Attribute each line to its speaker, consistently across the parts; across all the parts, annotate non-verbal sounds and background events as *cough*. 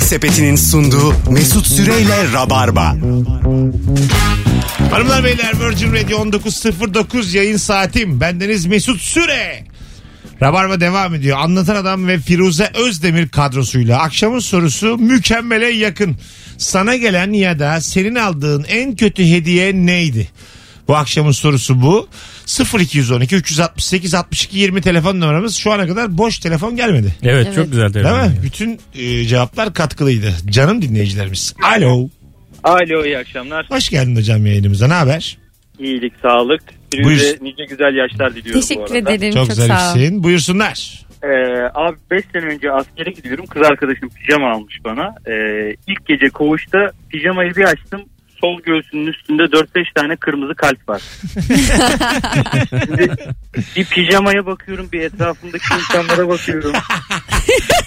Speaker 1: Sepeti'nin sunduğu Mesut Süreyle Rabarba.
Speaker 2: Hanımlar beyler Virgin Radio 19.09 yayın saatim. Bendeniz Mesut Süre. Rabarba devam ediyor. Anlatan Adam ve Firuze Özdemir kadrosuyla akşamın sorusu mükemmele yakın. Sana gelen ya da senin aldığın en kötü hediye neydi? Bu akşamın sorusu bu. 0212 368 62 20 telefon numaramız. Şu ana kadar boş telefon gelmedi.
Speaker 3: Evet,
Speaker 4: Evet.
Speaker 3: çok güzel
Speaker 2: Değil
Speaker 3: telefon.
Speaker 2: mi?
Speaker 3: yani.
Speaker 2: Bütün e, cevaplar katkılıydı. Canım dinleyicilerimiz. Alo.
Speaker 5: Alo iyi akşamlar.
Speaker 2: Hoş geldin hocam yayınımıza. Ne haber?
Speaker 5: İyilik, sağlık. Firuze
Speaker 2: Buyur.
Speaker 5: nice güzel yaşlar diliyorum
Speaker 4: Teşekkür
Speaker 5: bu arada.
Speaker 4: ederim.
Speaker 2: Çok, şey.
Speaker 4: Çok, sağ ol.
Speaker 2: zarifsin. Buyursunlar.
Speaker 5: Ee, abi 5 sene önce askere gidiyorum. Kız arkadaşım pijama almış bana. Ee, ilk gece koğuşta pijamayı bir açtım. Sol göğsünün üstünde 4-5 tane kırmızı kalp var. Şimdi bir pijamaya bakıyorum, bir etrafımdaki insanlara bakıyorum.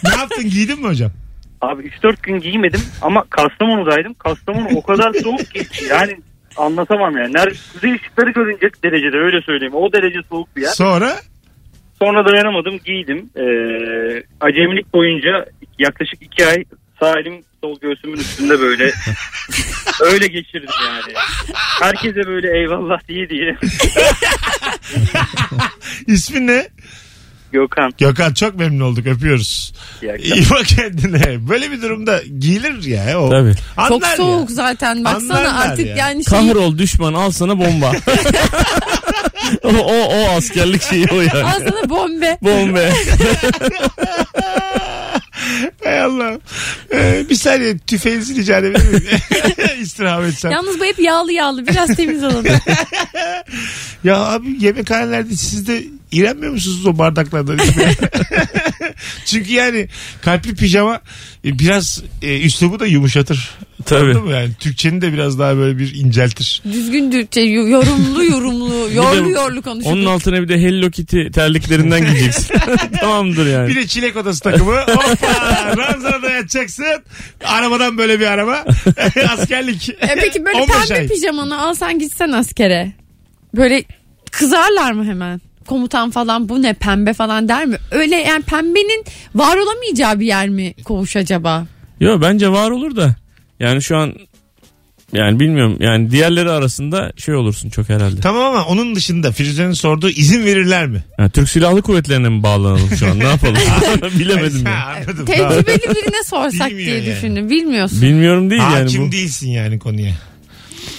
Speaker 2: ne yaptın giydin mi hocam?
Speaker 5: Abi 3-4 gün giymedim ama Kastamonu'daydım. Kastamonu o kadar soğuk ki yani anlatamam yani. Nerede kuzey ışıkları görünecek derecede öyle söyleyeyim. O derece soğuk bir yer.
Speaker 2: Sonra
Speaker 5: Sonra dayanamadım giydim. Ee, acemilik boyunca yaklaşık 2 ay sağ elim sol göğsümün
Speaker 2: *laughs*
Speaker 5: üstünde böyle öyle geçirdim yani. Herkese böyle eyvallah diye diye. *laughs*
Speaker 2: ismin ne?
Speaker 5: Gökhan.
Speaker 2: Gökhan çok memnun olduk öpüyoruz.
Speaker 5: iyi akşamlar.
Speaker 2: İyi bak kendine. Böyle bir durumda giyilir ya o.
Speaker 3: Tabii.
Speaker 2: Anlar
Speaker 4: Çok
Speaker 2: ya.
Speaker 4: soğuk zaten baksana
Speaker 2: Anlarlar
Speaker 4: artık
Speaker 2: ya.
Speaker 4: yani şey
Speaker 3: Kahrol düşman al sana
Speaker 4: *laughs*
Speaker 3: bomba. o, o, o askerlik şeyi o yani.
Speaker 2: *laughs*
Speaker 4: aslında bombe. *laughs*
Speaker 3: Bombe.
Speaker 2: *laughs* Hay Allah. Ee, bir saniye tüfeğinizi rica edebilir
Speaker 4: *laughs*
Speaker 2: miyim? İstirham etsem.
Speaker 4: Yalnız bu hep yağlı yağlı biraz temiz olalım.
Speaker 2: *laughs* Ya abi yemekhanelerde siz de iğrenmiyor musunuz o bardaklardan? *laughs* Çünkü yani kalpli pijama e, biraz e, üslubu da yumuşatır.
Speaker 3: Tabii.
Speaker 2: Anladın mı yani? Türkçenin de biraz daha böyle bir inceltir.
Speaker 4: Düzgün Türkçe yo- yorumlu yorumlu yorlu yorlu konuşuyor.
Speaker 3: Onun altına bir de Hello Kitty terliklerinden
Speaker 4: *laughs*
Speaker 3: giyeceksin. Tamamdır
Speaker 2: Bir
Speaker 3: yani.
Speaker 2: de çilek odası
Speaker 3: *laughs*
Speaker 2: takımı. Hoppa ranzana dayatacaksın. Arabadan böyle bir araba. *laughs* Askerlik.
Speaker 4: E
Speaker 2: *laughs*
Speaker 4: peki böyle
Speaker 2: 15
Speaker 4: pembe
Speaker 2: ay.
Speaker 4: pijamanı alsan gitsen askere. Böyle kızarlar mı hemen? Komutan falan bu ne pembe falan der mi? Öyle yani pembenin var olamayacağı bir yer mi koğuş acaba?
Speaker 3: Yo bence var olur da. Yani şu an yani bilmiyorum yani diğerleri arasında şey olursun çok herhalde.
Speaker 2: Tamam ama onun dışında Firuze'nin sorduğu izin verirler mi?
Speaker 3: Ha, Türk Silahlı Kuvvetleri'ne mi bağlanalım şu an
Speaker 2: *laughs*
Speaker 3: ne yapalım? *laughs* Bilemedim ya.
Speaker 2: Ha, anladım. Tamam.
Speaker 4: Tecrübeli birine sorsak
Speaker 2: Bilmiyor
Speaker 4: diye
Speaker 2: yani.
Speaker 4: düşündüm. Bilmiyorsun.
Speaker 3: Bilmiyorum değil yani
Speaker 2: Hakim
Speaker 3: bu.
Speaker 2: değilsin yani konuya.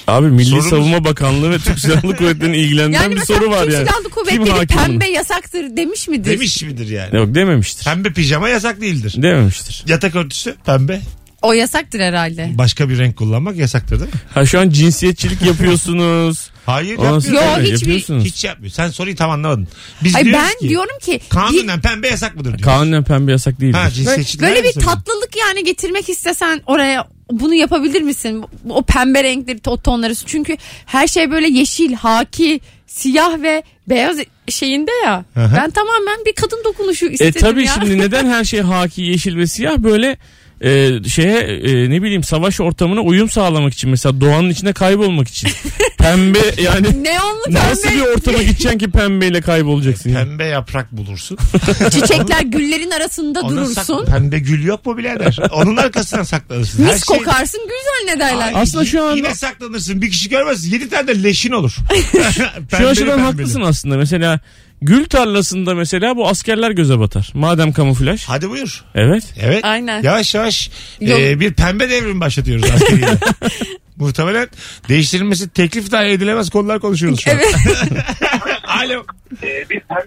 Speaker 3: Abi Milli
Speaker 2: Sorumuz-
Speaker 3: Savunma Bakanlığı ve Türk Silahlı Kuvvetleri'ni ilgilendiren
Speaker 4: Yani
Speaker 3: bir
Speaker 4: mesela
Speaker 3: soru var
Speaker 4: Türk
Speaker 3: yani.
Speaker 4: Silahlı
Speaker 3: Kim
Speaker 4: Kuvvetleri
Speaker 3: hakim
Speaker 4: pembe yasaktır demiş midir?
Speaker 2: Demiş midir yani?
Speaker 3: bunu? Yok dememiştir.
Speaker 2: Pembe pijama yasak değildir.
Speaker 3: Dememiştir.
Speaker 2: Yatak örtüsü pembe.
Speaker 4: O yasaktır herhalde.
Speaker 2: Başka bir renk kullanmak yasaktır değil mi?
Speaker 3: Ha şu an
Speaker 2: *laughs*
Speaker 3: cinsiyetçilik yapıyorsunuz.
Speaker 2: Hayır
Speaker 3: Ondan
Speaker 2: yapmıyor.
Speaker 3: sonra
Speaker 4: Yok,
Speaker 3: tabii
Speaker 4: hiçbir-
Speaker 3: yapıyorsunuz.
Speaker 2: Hiç yapmıyor. Sen soruyu tam anlamadın. Biz
Speaker 4: Ay
Speaker 2: diyoruz
Speaker 4: ben
Speaker 2: ki
Speaker 4: diyorum ki bir-
Speaker 2: kanunen pembe yasak mıdır diyor.
Speaker 3: Kanunen pembe yasak E, değildir.
Speaker 2: Ha,
Speaker 4: böyle,
Speaker 2: cinsiyetçiler
Speaker 4: böyle
Speaker 2: mi
Speaker 4: bir
Speaker 2: soruyor?
Speaker 4: tatlılık yani getirmek istesen oraya bunu yapabilir misin? O pembe renkleri, o tonları. Çünkü her şey böyle yeşil, haki, siyah ve beyaz şeyinde ya.
Speaker 2: Aha.
Speaker 4: Ben tamamen bir kadın dokunuşu
Speaker 3: E
Speaker 4: istedim
Speaker 3: tabii
Speaker 4: ya. *laughs*
Speaker 2: *laughs*
Speaker 3: şimdi neden her şey haki yeşil ve siyah böyle e, şeye e, ne bileyim savaş ortamına uyum sağlamak için mesela doğanın içine
Speaker 2: *laughs*
Speaker 3: kaybolmak için. pembe yani
Speaker 4: Neonlu
Speaker 3: nasıl bir
Speaker 4: pembe
Speaker 3: ortama gideceksin ki pembeyle kaybolacaksın? ya?
Speaker 2: Pembe yaprak bulursun.
Speaker 4: çiçekler *laughs* güllerin arasında
Speaker 2: Ona
Speaker 4: durursun.
Speaker 2: sak- pembe gül yok mu birader? Onun arkasından saklanırsın.
Speaker 4: Mis
Speaker 2: Her şey-
Speaker 4: kokarsın gül zannederler.
Speaker 3: Aslında şu an
Speaker 2: Yine saklanırsın. Bir kişi görmez. Yedi tane de leşin
Speaker 4: *laughs*
Speaker 2: olur.
Speaker 3: şu
Speaker 2: Pembeli
Speaker 3: açıdan
Speaker 2: pembeli.
Speaker 3: haklısın aslında mesela gül tarlasında mesela bu askerler göze batar. Madem kamuflaj.
Speaker 2: Hadi buyur.
Speaker 3: Evet.
Speaker 2: Evet.
Speaker 4: Aynen.
Speaker 2: Yavaş yavaş
Speaker 4: Yok.
Speaker 2: e, bir pembe devrimi başlatıyoruz
Speaker 4: *laughs*
Speaker 2: askeriye. Muhtemelen değiştirilmesi teklif dahi edilemez konular konuşuyoruz şu an.
Speaker 4: Evet.
Speaker 2: *laughs* Alo.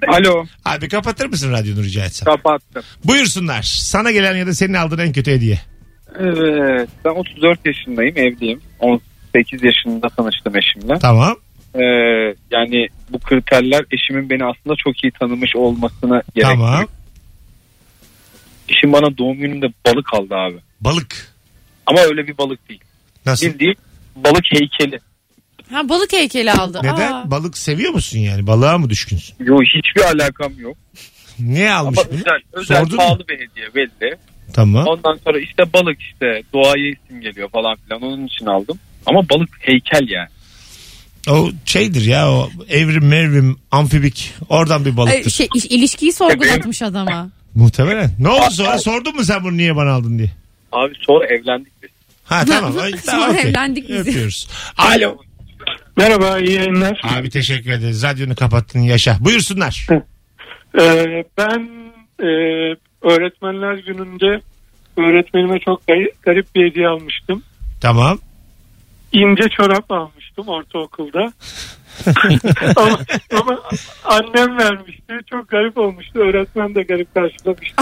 Speaker 5: Alo
Speaker 2: Abi kapatır mısın radyonu rica etsem?
Speaker 5: kapattım.
Speaker 2: Buyursunlar. Sana gelen ya da senin aldığın en kötü hediye.
Speaker 5: Evet ben 34 yaşındayım evliyim. 18 yaşında tanıştım eşimle.
Speaker 2: Tamam.
Speaker 5: Ee, yani bu kriterler eşimin beni aslında çok iyi tanımış olmasına gerek.
Speaker 2: Tamam.
Speaker 5: Eşim bana doğum günümde balık aldı abi.
Speaker 2: Balık.
Speaker 5: Ama öyle bir balık değil.
Speaker 2: Nasıl?
Speaker 5: Bildiğin balık heykeli.
Speaker 4: Ha, balık heykeli aldı.
Speaker 2: Neden?
Speaker 4: Aa.
Speaker 2: Balık seviyor musun yani? Balığa mı düşkünsün?
Speaker 5: Yo hiçbir alakam yok.
Speaker 2: Niye almış
Speaker 5: Ama
Speaker 2: bunu?
Speaker 5: özel, özel
Speaker 2: Sordun mu?
Speaker 5: pahalı bir hediye belli.
Speaker 2: Tamam.
Speaker 5: Ondan sonra işte balık işte doğaya isim geliyor falan filan onun için aldım. Ama balık heykel yani.
Speaker 2: O şeydir ya o evrim mevrim amfibik. Oradan bir
Speaker 4: Ay,
Speaker 2: balıktır.
Speaker 4: şey, ilişkiyi sorgulatmış adama.
Speaker 2: Muhtemelen. Ne oldu sonra? Sordun mu sen bunu niye bana aldın diye?
Speaker 5: Abi sonra evlendik biz.
Speaker 4: *laughs*
Speaker 2: Ha tamam. Ay,
Speaker 4: Sonra
Speaker 2: tamam, okey.
Speaker 4: evlendik biz.
Speaker 2: Öpüyoruz. Alo.
Speaker 6: Merhaba iyi yayınlar.
Speaker 2: Abi teşekkür ederiz. Radyonu kapattın yaşa. Buyursunlar.
Speaker 6: Ee, ben e, öğretmenler gününde öğretmenime çok gay- garip bir hediye almıştım.
Speaker 2: tamam.
Speaker 6: İnce çorap almıştım ortaokulda. *laughs* ama, ama annem vermişti. Çok garip olmuştu. Öğretmen de garip karşılamıştı.
Speaker 4: *laughs*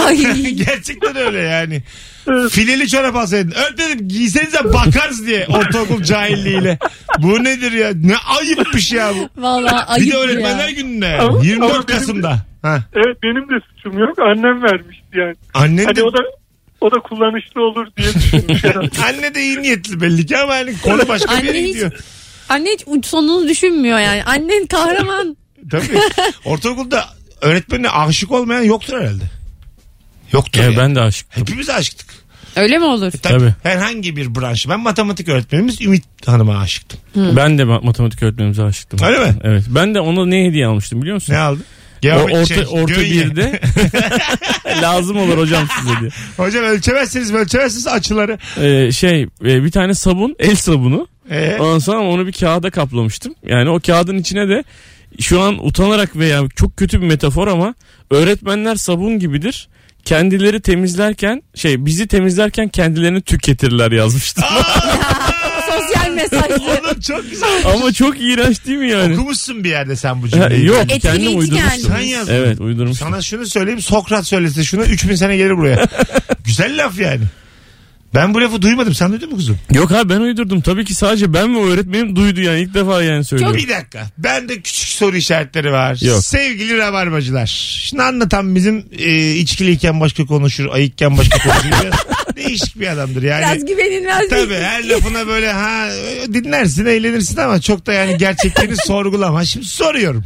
Speaker 2: *laughs*
Speaker 4: Ay.
Speaker 2: Gerçekten öyle yani.
Speaker 6: Evet.
Speaker 2: Fileli çorap alsaydın. Öğretmenim giysenize bakarız diye ortaokul cahilliğiyle. Bu nedir ya? Ne ayıpmış ya bu.
Speaker 4: Vallahi
Speaker 2: bir
Speaker 4: ayıp
Speaker 2: de öğretmenler
Speaker 4: ya.
Speaker 2: gününde.
Speaker 6: Ama-
Speaker 2: 24
Speaker 6: ama benim-
Speaker 2: Kasım'da. Ha.
Speaker 6: Evet benim de suçum yok. Annem vermişti yani.
Speaker 2: Annen de,
Speaker 6: Hani o da o da kullanışlı olur diye düşünmüş. herhalde.
Speaker 2: anne de iyi niyetli belli ki ama hani
Speaker 6: *laughs*
Speaker 2: konu başka bir yere
Speaker 4: Anne hiç-
Speaker 2: gidiyor.
Speaker 4: Anne hiç uç sonunu düşünmüyor yani. Annen kahraman.
Speaker 2: Tabii. Ortaokulda öğretmenine aşık olmayan yoktur herhalde. Yoktur.
Speaker 3: Ya
Speaker 2: yani.
Speaker 3: ben de aşıktım.
Speaker 2: Hepimiz aşıktık.
Speaker 4: Öyle mi olur?
Speaker 2: Tabii.
Speaker 3: Tabii.
Speaker 2: Herhangi bir branş. Ben matematik öğretmenimiz Ümit Hanım'a aşıktım.
Speaker 3: Ben de ma- matematik öğretmenimize aşıktım.
Speaker 2: Öyle mi?
Speaker 3: Evet. Ben de ona ne hediye almıştım biliyor musun?
Speaker 2: Ne aldı?
Speaker 3: O
Speaker 2: Geometri
Speaker 3: orta,
Speaker 2: şey,
Speaker 3: orta
Speaker 2: gönye.
Speaker 3: birde lazım olur hocam size diye.
Speaker 2: Hocam ölçemezsiniz ölçemezsiniz açıları.
Speaker 3: Ee, şey e, bir tane sabun el sabunu. *laughs*
Speaker 2: Ee,
Speaker 3: Ondan sonra onu bir kağıda kaplamıştım. Yani o kağıdın içine de şu an utanarak veya çok kötü bir metafor ama öğretmenler sabun gibidir. Kendileri temizlerken şey bizi temizlerken kendilerini tüketirler yazmıştım.
Speaker 4: *laughs* Sosyal mesajlı.
Speaker 2: oğlum çok güzel.
Speaker 3: *laughs* ama çok iğrenç değil mi yani?
Speaker 2: Okumuşsun bir yerde sen bu
Speaker 3: Ha,
Speaker 2: cümleyi.
Speaker 3: Yok
Speaker 4: Etkileyici
Speaker 3: kendim uydurmuştum.
Speaker 4: gelmiş.
Speaker 2: Sen yazdın.
Speaker 3: Evet uydurmuştum.
Speaker 2: Sana şunu söyleyeyim Sokrat söylese şunu 3000 sene gelir buraya. güzel laf yani. Ben bu lafı duymadım. Sen duydun mu kuzum?
Speaker 3: Yok abi ben uydurdum. Tabii ki sadece ben ve öğretmenim duydu yani ilk defa yani söylüyorum.
Speaker 2: Bir dakika. Bende küçük soru işaretleri var.
Speaker 3: Yok.
Speaker 2: Sevgili rabarbacılar. Şimdi anlatan bizim e, içkiliyken başka konuşur, ayıkken başka konuşur. Biraz değişik bir adamdır *laughs* yani.
Speaker 4: Biraz güvenilmez
Speaker 2: Tabii
Speaker 4: değil.
Speaker 2: her lafına böyle ha dinlersin eğlenirsin ama çok da yani gerçeklerini sorgulama. Şimdi soruyorum.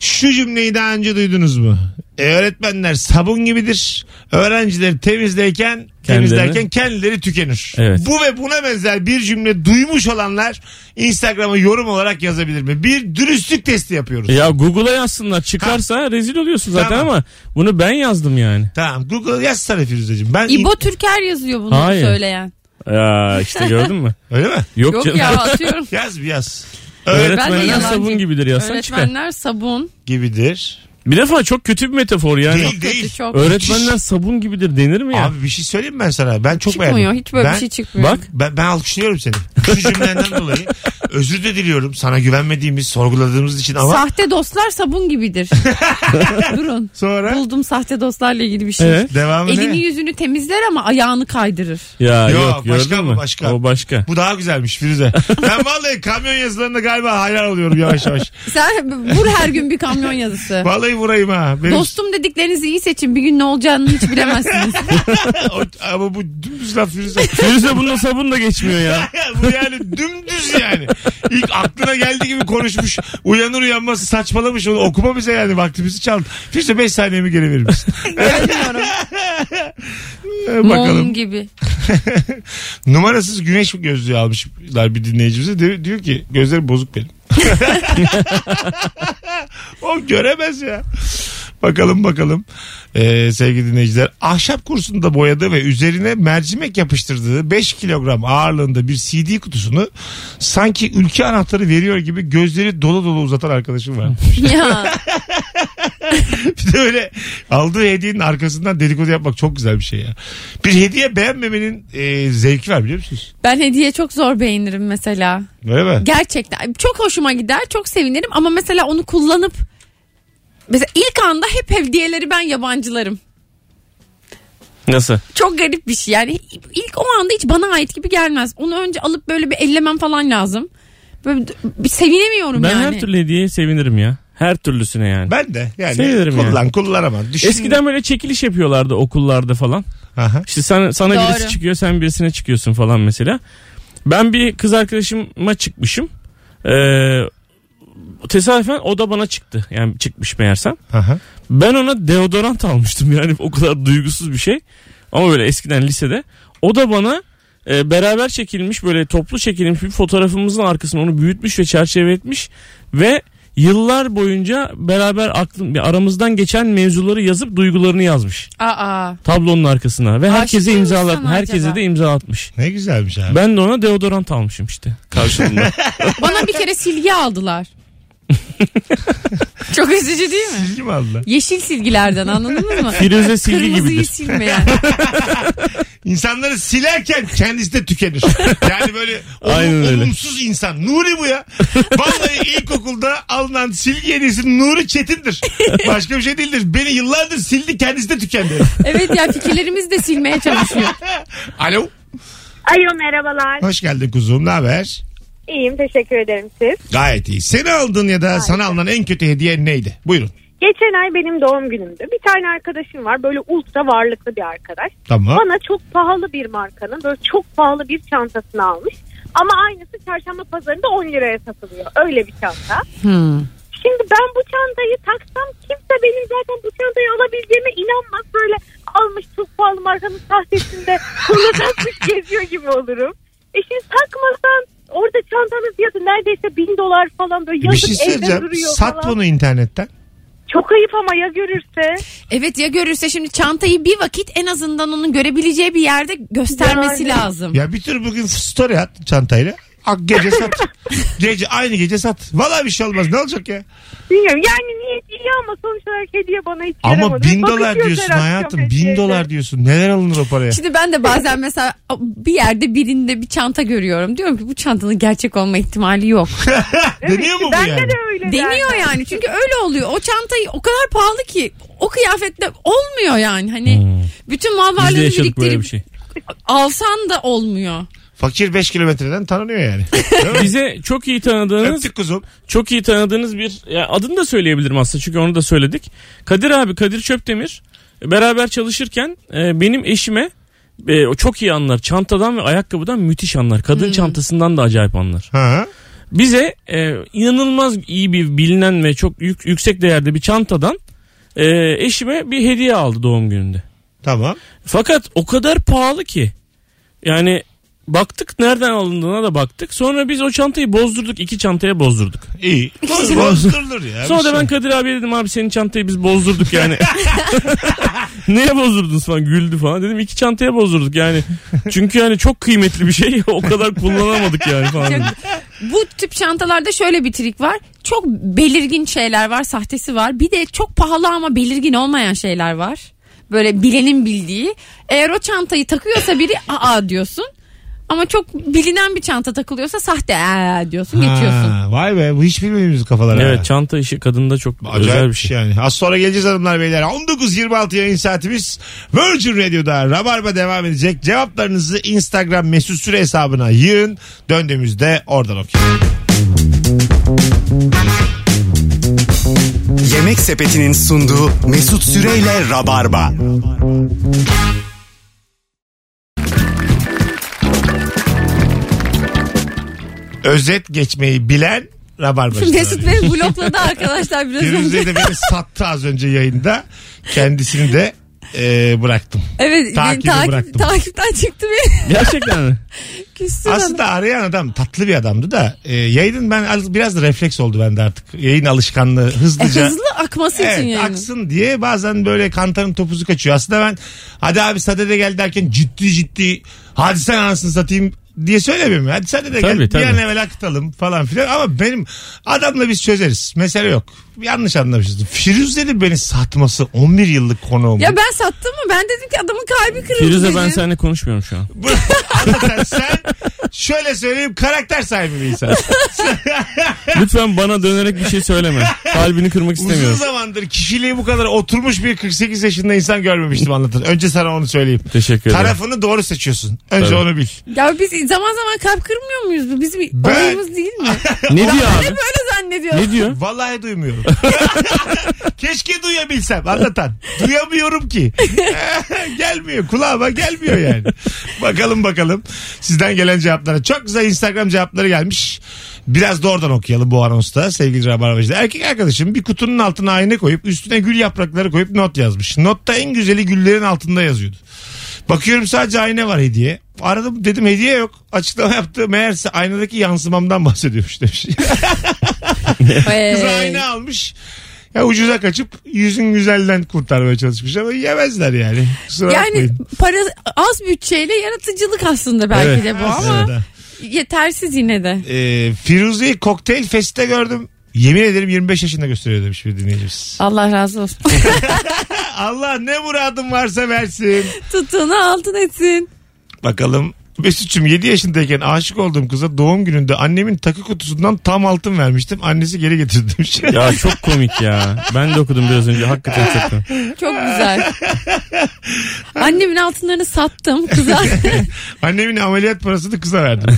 Speaker 2: Şu cümleyi daha önce duydunuz mu? E, öğretmenler sabun gibidir. Öğrencileri temizlerken temizlerken kendileri tükenir.
Speaker 3: Evet.
Speaker 2: Bu ve buna benzer bir cümle duymuş olanlar Instagram'a yorum olarak yazabilir mi? Bir dürüstlük testi yapıyoruz.
Speaker 3: Ya Google'a yazsınlar çıkarsa rezil oluyorsun zaten
Speaker 2: Tamam.
Speaker 3: ama bunu ben yazdım yani.
Speaker 2: Tamam Google yazsana Firuzeciğim. Ben
Speaker 4: İbo Türker yazıyor bunu
Speaker 3: Hayır.
Speaker 4: söyleyen.
Speaker 3: Ya işte gördün mü?
Speaker 2: Öyle mi?
Speaker 3: *laughs* Yok,
Speaker 4: Yok
Speaker 3: canım.
Speaker 4: ya
Speaker 3: *laughs*
Speaker 4: atıyorum.
Speaker 2: Yaz bir yaz. Öğretmen
Speaker 4: Ben de
Speaker 3: Öğretmenler
Speaker 4: yalancı.
Speaker 3: sabun gibidir yazsan çıkar.
Speaker 4: Öğretmenler sabun.
Speaker 2: gibidir.
Speaker 3: Bir defa çok kötü bir metafor yani.
Speaker 2: değil değil.
Speaker 4: Kötü çok.
Speaker 3: Öğretmenler sabun gibidir denir mi ya?
Speaker 2: Abi bir şey söyleyeyim mi ben sana. Ben çok
Speaker 4: çıkmıyor.
Speaker 2: beğendim.
Speaker 4: Hiç böyle
Speaker 2: ben,
Speaker 4: bir şey çıkmıyor.
Speaker 3: Bak
Speaker 2: Ben, ben alkışlıyorum seni. Şu cümlenden dolayı özür de diliyorum. Sana güvenmediğimiz, sorguladığımız için ama
Speaker 4: Sahte dostlar
Speaker 2: *laughs*
Speaker 4: sabun gibidir. Durun.
Speaker 2: sonra
Speaker 4: Buldum sahte dostlarla ilgili bir şey.
Speaker 3: Evet.
Speaker 2: devamı
Speaker 4: Elini
Speaker 2: ne?
Speaker 4: yüzünü temizler ama ayağını kaydırır.
Speaker 3: ya
Speaker 2: Yo,
Speaker 3: yok,
Speaker 2: başka
Speaker 3: gördün
Speaker 2: bu,
Speaker 3: mü?
Speaker 2: başka. *laughs*
Speaker 3: O başka.
Speaker 2: Bu daha güzelmiş Firuze. ben vallahi kamyon yazılarında galiba hayran oluyorum yavaş yavaş.
Speaker 4: Sen vur her gün bir kamyon yazısı.
Speaker 2: Vallahi vurayım ha. Benim,
Speaker 4: Dostum dediklerinizi iyi seçin. Bir gün ne olacağını
Speaker 3: *laughs*
Speaker 4: hiç bilemezsiniz.
Speaker 2: *laughs* O- ama bu dümdüz laf Firuze.
Speaker 3: Firuze bunda sabun da
Speaker 2: *laughs*
Speaker 3: geçmiyor ya.
Speaker 2: bu yani dümdüz yani. İlk aklına geldiği gibi konuşmuş. Uyanır uyanmaz saçmalamış. Onu okuma bize yani vaktimizi çaldı. Firuze 5 saniyemi geri verir misin?
Speaker 4: Gelmiyorum.
Speaker 2: Ee, *laughs* Bakalım.
Speaker 4: Mum gibi.
Speaker 2: Numarasız güneş gözlüğü almışlar bir dinleyicimize. De- diyor ki gözleri bozuk benim. *laughs* o göremez ya. Bakalım bakalım Ee, sevgili dinleyiciler. Ahşap kursunda boyadı ve üzerine mercimek yapıştırdığı 5 kilogram ağırlığında bir CD kutusunu sanki ülke anahtarı veriyor gibi gözleri dolu dolu uzatan arkadaşım var.
Speaker 4: Ya.
Speaker 2: bir de öyle aldığı hediyenin arkasından dedikodu yapmak çok güzel bir şey ya. Bir hediye beğenmemenin e, zevki var biliyor musunuz?
Speaker 4: Ben hediye çok zor beğenirim mesela.
Speaker 2: Öyle mi?
Speaker 4: Gerçekten. Çok hoşuma gider. Çok sevinirim ama mesela onu kullanıp mesela ilk anda hep hediyeleri ben yabancılarım.
Speaker 3: Nasıl?
Speaker 4: Çok garip bir şey. Yani ilk o anda hiç bana ait gibi gelmez. Onu önce alıp böyle bir ellemem falan lazım. Böyle d- bir sevinemiyorum
Speaker 3: Ben
Speaker 4: yani.
Speaker 3: her türlü hediyeye sevinirim ya. Her türlüsüne yani.
Speaker 2: Ben de yani
Speaker 3: Seviyorum
Speaker 2: kullan
Speaker 3: yani.
Speaker 2: kullanamam. Düşün...
Speaker 3: Eskiden böyle çekiliş yapıyorlardı okullarda falan.
Speaker 2: Aha.
Speaker 3: İşte sen, sana
Speaker 4: Doğru.
Speaker 3: birisi çıkıyor sen birisine çıkıyorsun falan mesela. Ben bir kız arkadaşıma çıkmışım. Ee, tesadüfen o da bana çıktı. Yani çıkmış meğersem.
Speaker 2: Aha.
Speaker 3: Ben ona deodorant almıştım yani o kadar duygusuz bir şey. Ama böyle eskiden lisede. O da bana e, beraber çekilmiş böyle toplu çekilmiş bir fotoğrafımızın arkasına onu büyütmüş ve çerçeve etmiş. Ve yıllar boyunca beraber aklım aramızdan geçen mevzuları yazıp duygularını yazmış.
Speaker 4: Aa.
Speaker 3: Tablonun arkasına ve herkese
Speaker 4: Aşık mı
Speaker 3: imzalat
Speaker 4: sana
Speaker 3: herkese
Speaker 4: acaba?
Speaker 3: de imza atmış.
Speaker 2: Ne güzelmiş abi.
Speaker 3: Ben de ona deodorant almışım işte karşılığında.
Speaker 4: Bana bir kere silgi
Speaker 3: *laughs*
Speaker 4: aldılar. Çok üzücü değil mi?
Speaker 2: Bilgi mi aldılar?
Speaker 4: Yeşil silgilerden anladınız mı?
Speaker 3: Firuze silgi
Speaker 4: Kırmızıyı
Speaker 3: gibidir.
Speaker 4: silmeyen.
Speaker 2: İnsanları silerken kendisi de tükenir. Yani böyle olum-
Speaker 3: *laughs* Aynen öyle.
Speaker 2: olumsuz insan. Nuri bu ya. Vallahi ilkokulda alınan silgi hediyesi Nuri Çetin'dir. Başka bir şey değildir. Beni yıllardır sildi kendisi de tükendi.
Speaker 4: Evet ya fikirlerimiz de silmeye çalışıyor.
Speaker 2: Alo.
Speaker 7: Alo merhabalar.
Speaker 2: Hoş geldin kuzum. Ne haber?
Speaker 7: İyiyim teşekkür ederim siz.
Speaker 2: Gayet iyi. Seni aldın ya da sana alınan en kötü hediye neydi? Buyurun.
Speaker 7: Geçen ay benim doğum günümdü. Bir tane arkadaşım var böyle ultra varlıklı bir arkadaş.
Speaker 2: Tamam.
Speaker 7: Bana çok pahalı bir markanın böyle çok pahalı bir çantasını almış. Ama aynısı çarşamba pazarında 10 liraya satılıyor. Öyle bir çanta.
Speaker 4: Hmm.
Speaker 7: Şimdi ben bu çantayı taksam kimse benim zaten bu çantayı alabileceğime inanmaz. Böyle almış çok pahalı markanın sahtesinde koluna takmış geziyor gibi olurum. E şimdi takmasan orada çantanın fiyatı neredeyse bin dolar falan böyle
Speaker 2: bir
Speaker 7: yazık
Speaker 2: şey
Speaker 7: evde
Speaker 2: söyleyeceğim.
Speaker 7: duruyor
Speaker 2: Sat
Speaker 7: falan.
Speaker 2: bunu internetten.
Speaker 7: Çok ayıp ama ya görürse.
Speaker 4: Evet ya görürse şimdi çantayı bir vakit en azından onun görebileceği bir yerde göstermesi
Speaker 7: Yani.
Speaker 4: lazım.
Speaker 2: Ya bir tür bugün story at çantayla. Ak gece sat. *laughs* gece aynı gece sat. Vallahi bir şey olmaz. Ne olacak ya?
Speaker 7: Bilmiyorum yani niyet iyi ama sonuç olarak hediye bana hiç
Speaker 2: Ama
Speaker 7: yaramadı.
Speaker 2: bin dolar
Speaker 7: Bakışıyoruz
Speaker 2: diyorsun
Speaker 7: her akşam
Speaker 2: hayatım. Bin
Speaker 7: hediyeye.
Speaker 2: dolar diyorsun. Neler alınır o paraya?
Speaker 4: Şimdi ben de bazen mesela bir yerde birinde bir çanta görüyorum. Diyorum ki bu çantanın gerçek olma ihtimali yok.
Speaker 2: Deniyor mu bu
Speaker 7: Bende
Speaker 2: yani?
Speaker 7: de öyle.
Speaker 4: Deniyor yani çünkü öyle oluyor. O çantayı o kadar pahalı ki o kıyafetle olmuyor yani. Hani bütün mal
Speaker 3: Hmm. Biz de
Speaker 4: varlığını
Speaker 3: yaşadık böyle
Speaker 4: biriktirip
Speaker 3: bir şey.
Speaker 4: alsan da olmuyor.
Speaker 2: Fakir 5 kilometreden tanınıyor yani.
Speaker 3: Bize çok iyi tanıdığınız
Speaker 2: Öptük kuzum.
Speaker 3: çok iyi tanıdığınız bir ya adını da söyleyebilirim aslında çünkü onu da söyledik. Kadir abi Kadir Çöptemir e, beraber çalışırken e, benim eşime e, o çok iyi anlar. Çantadan ve ayakkabıdan müthiş anlar. Kadın çantasından da acayip anlar.
Speaker 2: Ha.
Speaker 3: Bize e, inanılmaz iyi bir bilinen ve çok yük- yüksek değerde bir çantadan e, eşime bir hediye aldı doğum gününde.
Speaker 2: Tamam.
Speaker 3: Fakat o kadar pahalı ki. Yani baktık nereden alındığına da baktık. Sonra biz o çantayı bozdurduk. iki çantaya bozdurduk.
Speaker 2: İyi. Boz- Bozdurulur ya.
Speaker 3: Sonra
Speaker 2: Bir
Speaker 3: da
Speaker 2: şey.
Speaker 3: ben Kadir abiye dedim abi senin çantayı biz bozdurduk yani. *laughs* Neye bozdurdunuz falan güldü falan. Dedim iki çantaya bozdurduk yani. Çünkü yani çok kıymetli bir şey *laughs* o kadar kullanamadık yani falan.
Speaker 4: Çok-
Speaker 3: dedim.
Speaker 4: Bu tip çantalarda şöyle bir trik var. Çok belirgin şeyler var, sahtesi var. Bir de çok pahalı ama belirgin olmayan şeyler var. Böyle bilenin bildiği. Eğer o çantayı takıyorsa biri *laughs* aa diyorsun. Ama çok bilinen bir çanta takılıyorsa sahte aa
Speaker 2: *laughs*
Speaker 4: diyorsun geçiyorsun.
Speaker 2: Ha, vay be bu hiç bilmediğimiz kafalar. ha.
Speaker 3: Evet çanta işi kadında çok özel
Speaker 2: Acayip
Speaker 3: bir şey.
Speaker 2: yani. Az sonra geleceğiz hanımlar beyler. 19.26 yayın saatimiz Virgin Radio'da Rabarba devam edecek. Cevaplarınızı Instagram mesut süre hesabına yığın. Döndüğümüzde oradan okuyun.
Speaker 1: Yemek Sepeti'nin sunduğu Mesut Süreyle Rabarba.
Speaker 2: Özet geçmeyi bilen Rabarbacılar.
Speaker 4: Mesut beni blokladı arkadaşlar biraz önce.
Speaker 2: Firuze de beni sattı az önce yayında. Kendisini de e, bıraktım.
Speaker 4: Evet
Speaker 2: Takibi
Speaker 4: beni
Speaker 2: bıraktım.
Speaker 4: takipten çıktı *laughs* beni.
Speaker 3: Gerçekten mi?
Speaker 4: Küstü bana.
Speaker 2: Aslında arayan adam tatlı bir adamdı da e, yayının ben az- biraz da refleks oldu bende artık. Yayın alışkanlığı
Speaker 4: E,
Speaker 2: hızlıca.
Speaker 4: *laughs* hızlı akması için
Speaker 2: Evet,
Speaker 4: yani.
Speaker 2: aksın diye bazen böyle kantarın topuzu kaçıyor. Aslında ben hadi abi sadede gel derken ciddi ciddi hadi sen anasını satayım diye söylemiyorum. Hadi sadede gel
Speaker 3: Tabii, tabii.
Speaker 2: bir an evvel akıtalım falan filan ama benim adamla biz çözeriz. Mesele yok. Yanlış anlamışız. Firuze'nin beni satması 11 yıllık konuğum. *laughs*
Speaker 4: Ya ben sattım mı? Ben dedim ki adamın kalbi kırıldı.
Speaker 3: Firuze ben
Speaker 4: dedim.
Speaker 3: seninle konuşmuyorum şu an.
Speaker 2: Bu- Hakikaten sen şöyle söyleyeyim karakter sahibi bir insan.
Speaker 3: *laughs* Lütfen bana dönerek bir şey söyleme. Kalbini kırmak
Speaker 2: Uzun
Speaker 3: istemiyorum.
Speaker 2: zamandır kişiliği bu kadar oturmuş bir 48 yaşında insan görmemiştim anlatın. Önce sana onu söyleyeyim.
Speaker 3: Teşekkür ederim.
Speaker 2: Tarafını doğru seçiyorsun. Önce
Speaker 3: Tabii.
Speaker 2: onu bil.
Speaker 4: Ya biz zaman zaman kalp kırmıyor muyuz? Bu bizim
Speaker 2: Ben-
Speaker 4: olayımız değil mi?
Speaker 3: Ne diyor
Speaker 4: Hep
Speaker 3: abi?
Speaker 4: öyle zannediyor.
Speaker 3: Ne diyor?
Speaker 2: Vallahi duymuyorum. *laughs* Keşke duyabilsem anlatan. Duyamıyorum ki. *laughs* gelmiyor kulağıma gelmiyor yani. Bakalım bakalım sizden gelen cevaplara. Çok güzel Instagram cevapları gelmiş. Biraz da oradan okuyalım bu anonsta sevgili Rabarbacılar. Erkek arkadaşım bir kutunun altına ayna koyup üstüne gül yaprakları koyup not yazmış. Notta en güzeli güllerin altında yazıyordu. Bakıyorum sadece ayna var hediye. Aradım dedim hediye yok. Açıklama yaptı. Meğerse aynadaki yansımamdan bahsediyormuş demiş. Kız
Speaker 4: Hey.
Speaker 2: ayna almış. Ya ucuza kaçıp yüzün güzelden kurtarmaya çalışmış ama yemezler yani. Kusura
Speaker 4: Yani
Speaker 2: bakmayın.
Speaker 4: para az bütçeyle yaratıcılık aslında belki
Speaker 3: Evet.
Speaker 4: de bu ama
Speaker 2: Evet.
Speaker 4: yetersiz yine de.
Speaker 2: Ee, Firuze'yi kokteyl feste gördüm. Yemin ederim 25 yaşında gösteriyor demiş bir dinleyicimiz.
Speaker 4: Allah razı olsun.
Speaker 2: Allah ne muradın varsa versin.
Speaker 4: *laughs* Tuttuğunu altın etsin.
Speaker 2: Bakalım Mesut'cum 7 yaşındayken aşık olduğum kıza doğum gününde annemin takı kutusundan tam altın vermiştim. Annesi geri getirdi demiş. *laughs*
Speaker 3: Ya çok komik ya. Ben de okudum biraz önce. Hakikaten çok komik.
Speaker 4: Çok güzel. Annemin altınlarını sattım kıza.
Speaker 2: Annemin ameliyat parasını kıza verdim.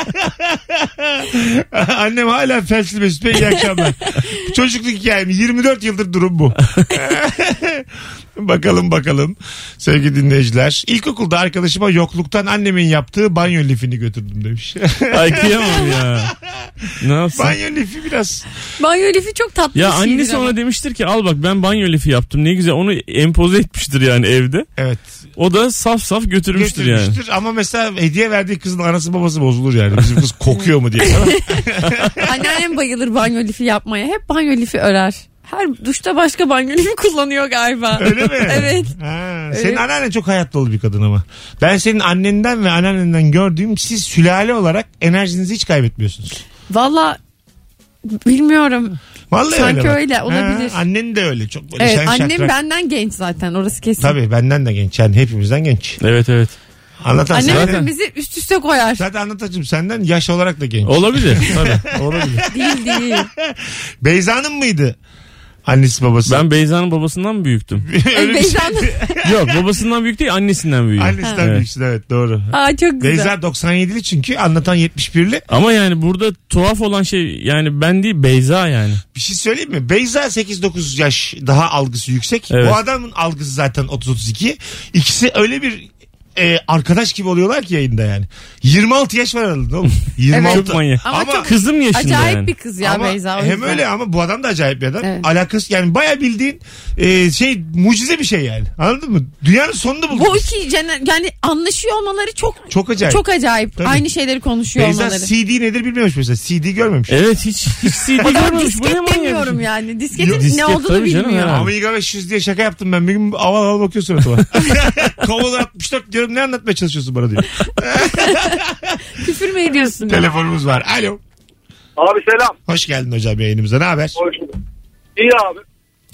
Speaker 2: *laughs* Annem hala felçli Mesut Bey iyi akşamlar. Çocukluk hikayem 24 yıldır durum bu. *laughs* bakalım bakalım sevgili dinleyiciler. İlkokulda arkadaşıma yokluktan annemin yaptığı banyo lifini götürdüm demiş.
Speaker 3: Ay kıyamam ya. Ne yapsın?
Speaker 2: banyo lifi biraz
Speaker 4: Banyo lifi çok tatlı
Speaker 3: Ya
Speaker 4: bir şey şeydir
Speaker 3: annesi
Speaker 4: ama.
Speaker 3: ona demiştir ki al bak ben banyo lifi yaptım ne güzel onu empoze etmiştir yani evde.
Speaker 2: evet
Speaker 3: O da saf saf götürmüştür, yani.
Speaker 2: götürmüştür ama mesela hediye verdiği kızın anası babası bozulur yani. Bizim kız kokuyor mu diye.
Speaker 4: Anneannem bayılır banyo lifi yapmaya. Hep banyo lifi örer. Her duşta başka banyo lifi kullanıyor galiba.
Speaker 2: Öyle mi?
Speaker 4: *laughs* Evet.
Speaker 2: Ha,
Speaker 4: Öyle.
Speaker 2: senin anneannen çok hayat dolu bir kadın ama. Ben senin annenden ve anneannenden gördüğüm siz sülale olarak enerjinizi hiç kaybetmiyorsunuz.
Speaker 4: Valla bilmiyorum.
Speaker 2: Vallahi
Speaker 4: Sanki
Speaker 2: öyle. bak.
Speaker 4: öyle, olabilir.
Speaker 2: Ha, annen de öyle çok böyle
Speaker 4: Evet
Speaker 2: şen
Speaker 4: annem
Speaker 2: şakrak.
Speaker 4: benden genç zaten orası kesin.
Speaker 2: Tabii benden de genç yani hepimizden genç.
Speaker 3: Evet evet.
Speaker 2: Anlatan
Speaker 4: Annem
Speaker 2: senden-
Speaker 4: hepimizi üst üste koyar.
Speaker 2: Zaten anlatacağım senden yaş olarak da genç.
Speaker 3: Olabilir. Tabii, olabilir.
Speaker 4: değil değil.
Speaker 2: Beyza'nın mıydı? Annesi babası.
Speaker 3: Ben Beyza'nın babasından mı büyüktüm?
Speaker 2: *laughs*
Speaker 4: *laughs*
Speaker 2: Öyle bir şey.
Speaker 4: Beyza'nın-
Speaker 3: Yok babasından büyük değil annesinden büyüğüm.
Speaker 2: Annesinden
Speaker 3: Evet.
Speaker 2: büyüksün evet doğru.
Speaker 4: Aa çok güzel.
Speaker 2: Beyza 97'li çünkü anlatan 71'li.
Speaker 3: Ama yani burada tuhaf olan şey yani ben değil Beyza yani.
Speaker 2: Bir şey söyleyeyim mi? Beyza 8-9 yaş daha algısı yüksek.
Speaker 3: Evet.
Speaker 2: Bu adamın algısı zaten 30-32. İkisi öyle bir e, arkadaş gibi oluyorlar ki yayında yani. 26 yaş var aralarında
Speaker 3: *laughs*
Speaker 2: oğlum. 26.
Speaker 3: Çok manyak.
Speaker 4: Ama çok
Speaker 3: Kızım yaşında
Speaker 4: Acayip
Speaker 3: yani.
Speaker 4: bir kız ya
Speaker 2: ama
Speaker 4: Beyza. o
Speaker 2: hem
Speaker 4: yüzden.
Speaker 2: öyle ama bu adam da acayip bir adam.
Speaker 4: Evet.
Speaker 2: Alakası yani baya bildiğin e, şey mucize bir şey yani. Anladın mı? Dünyanın sonunu bulduk.
Speaker 4: Bu
Speaker 2: biz.
Speaker 4: iki cene- yani anlaşıyor olmaları çok
Speaker 2: Çok acayip.
Speaker 4: çok acayip.
Speaker 2: Tabii.
Speaker 4: Aynı şeyleri konuşuyor
Speaker 2: Beyza
Speaker 4: olmaları.
Speaker 2: CD nedir bilmiyormuş mesela. CD görmemiş.
Speaker 3: Evet hiç hiç
Speaker 4: *laughs*
Speaker 3: CD
Speaker 4: Ya
Speaker 3: görmemiş. Bu ne
Speaker 4: disket
Speaker 3: manyak
Speaker 4: demiyorum
Speaker 3: bir
Speaker 4: yani. Disketin
Speaker 3: Yok, disket
Speaker 4: ne olduğunu
Speaker 3: tabii canım,
Speaker 4: bilmiyor.
Speaker 3: evet.
Speaker 2: Amiga 500 diye şaka yaptım ben. Bir gün aval aval bakıyor
Speaker 3: *laughs*
Speaker 2: suratıma. *laughs* Komodo 64 diyorum ne anlatmaya çalışıyorsun bana diyor.
Speaker 4: Küfür mü ediyorsun? ya?
Speaker 2: Telefonumuz var. Alo.
Speaker 5: Abi selam.
Speaker 2: Hoş geldin hocam yayınımıza. Ne haber?
Speaker 5: Hoş bulduk. İyi abi.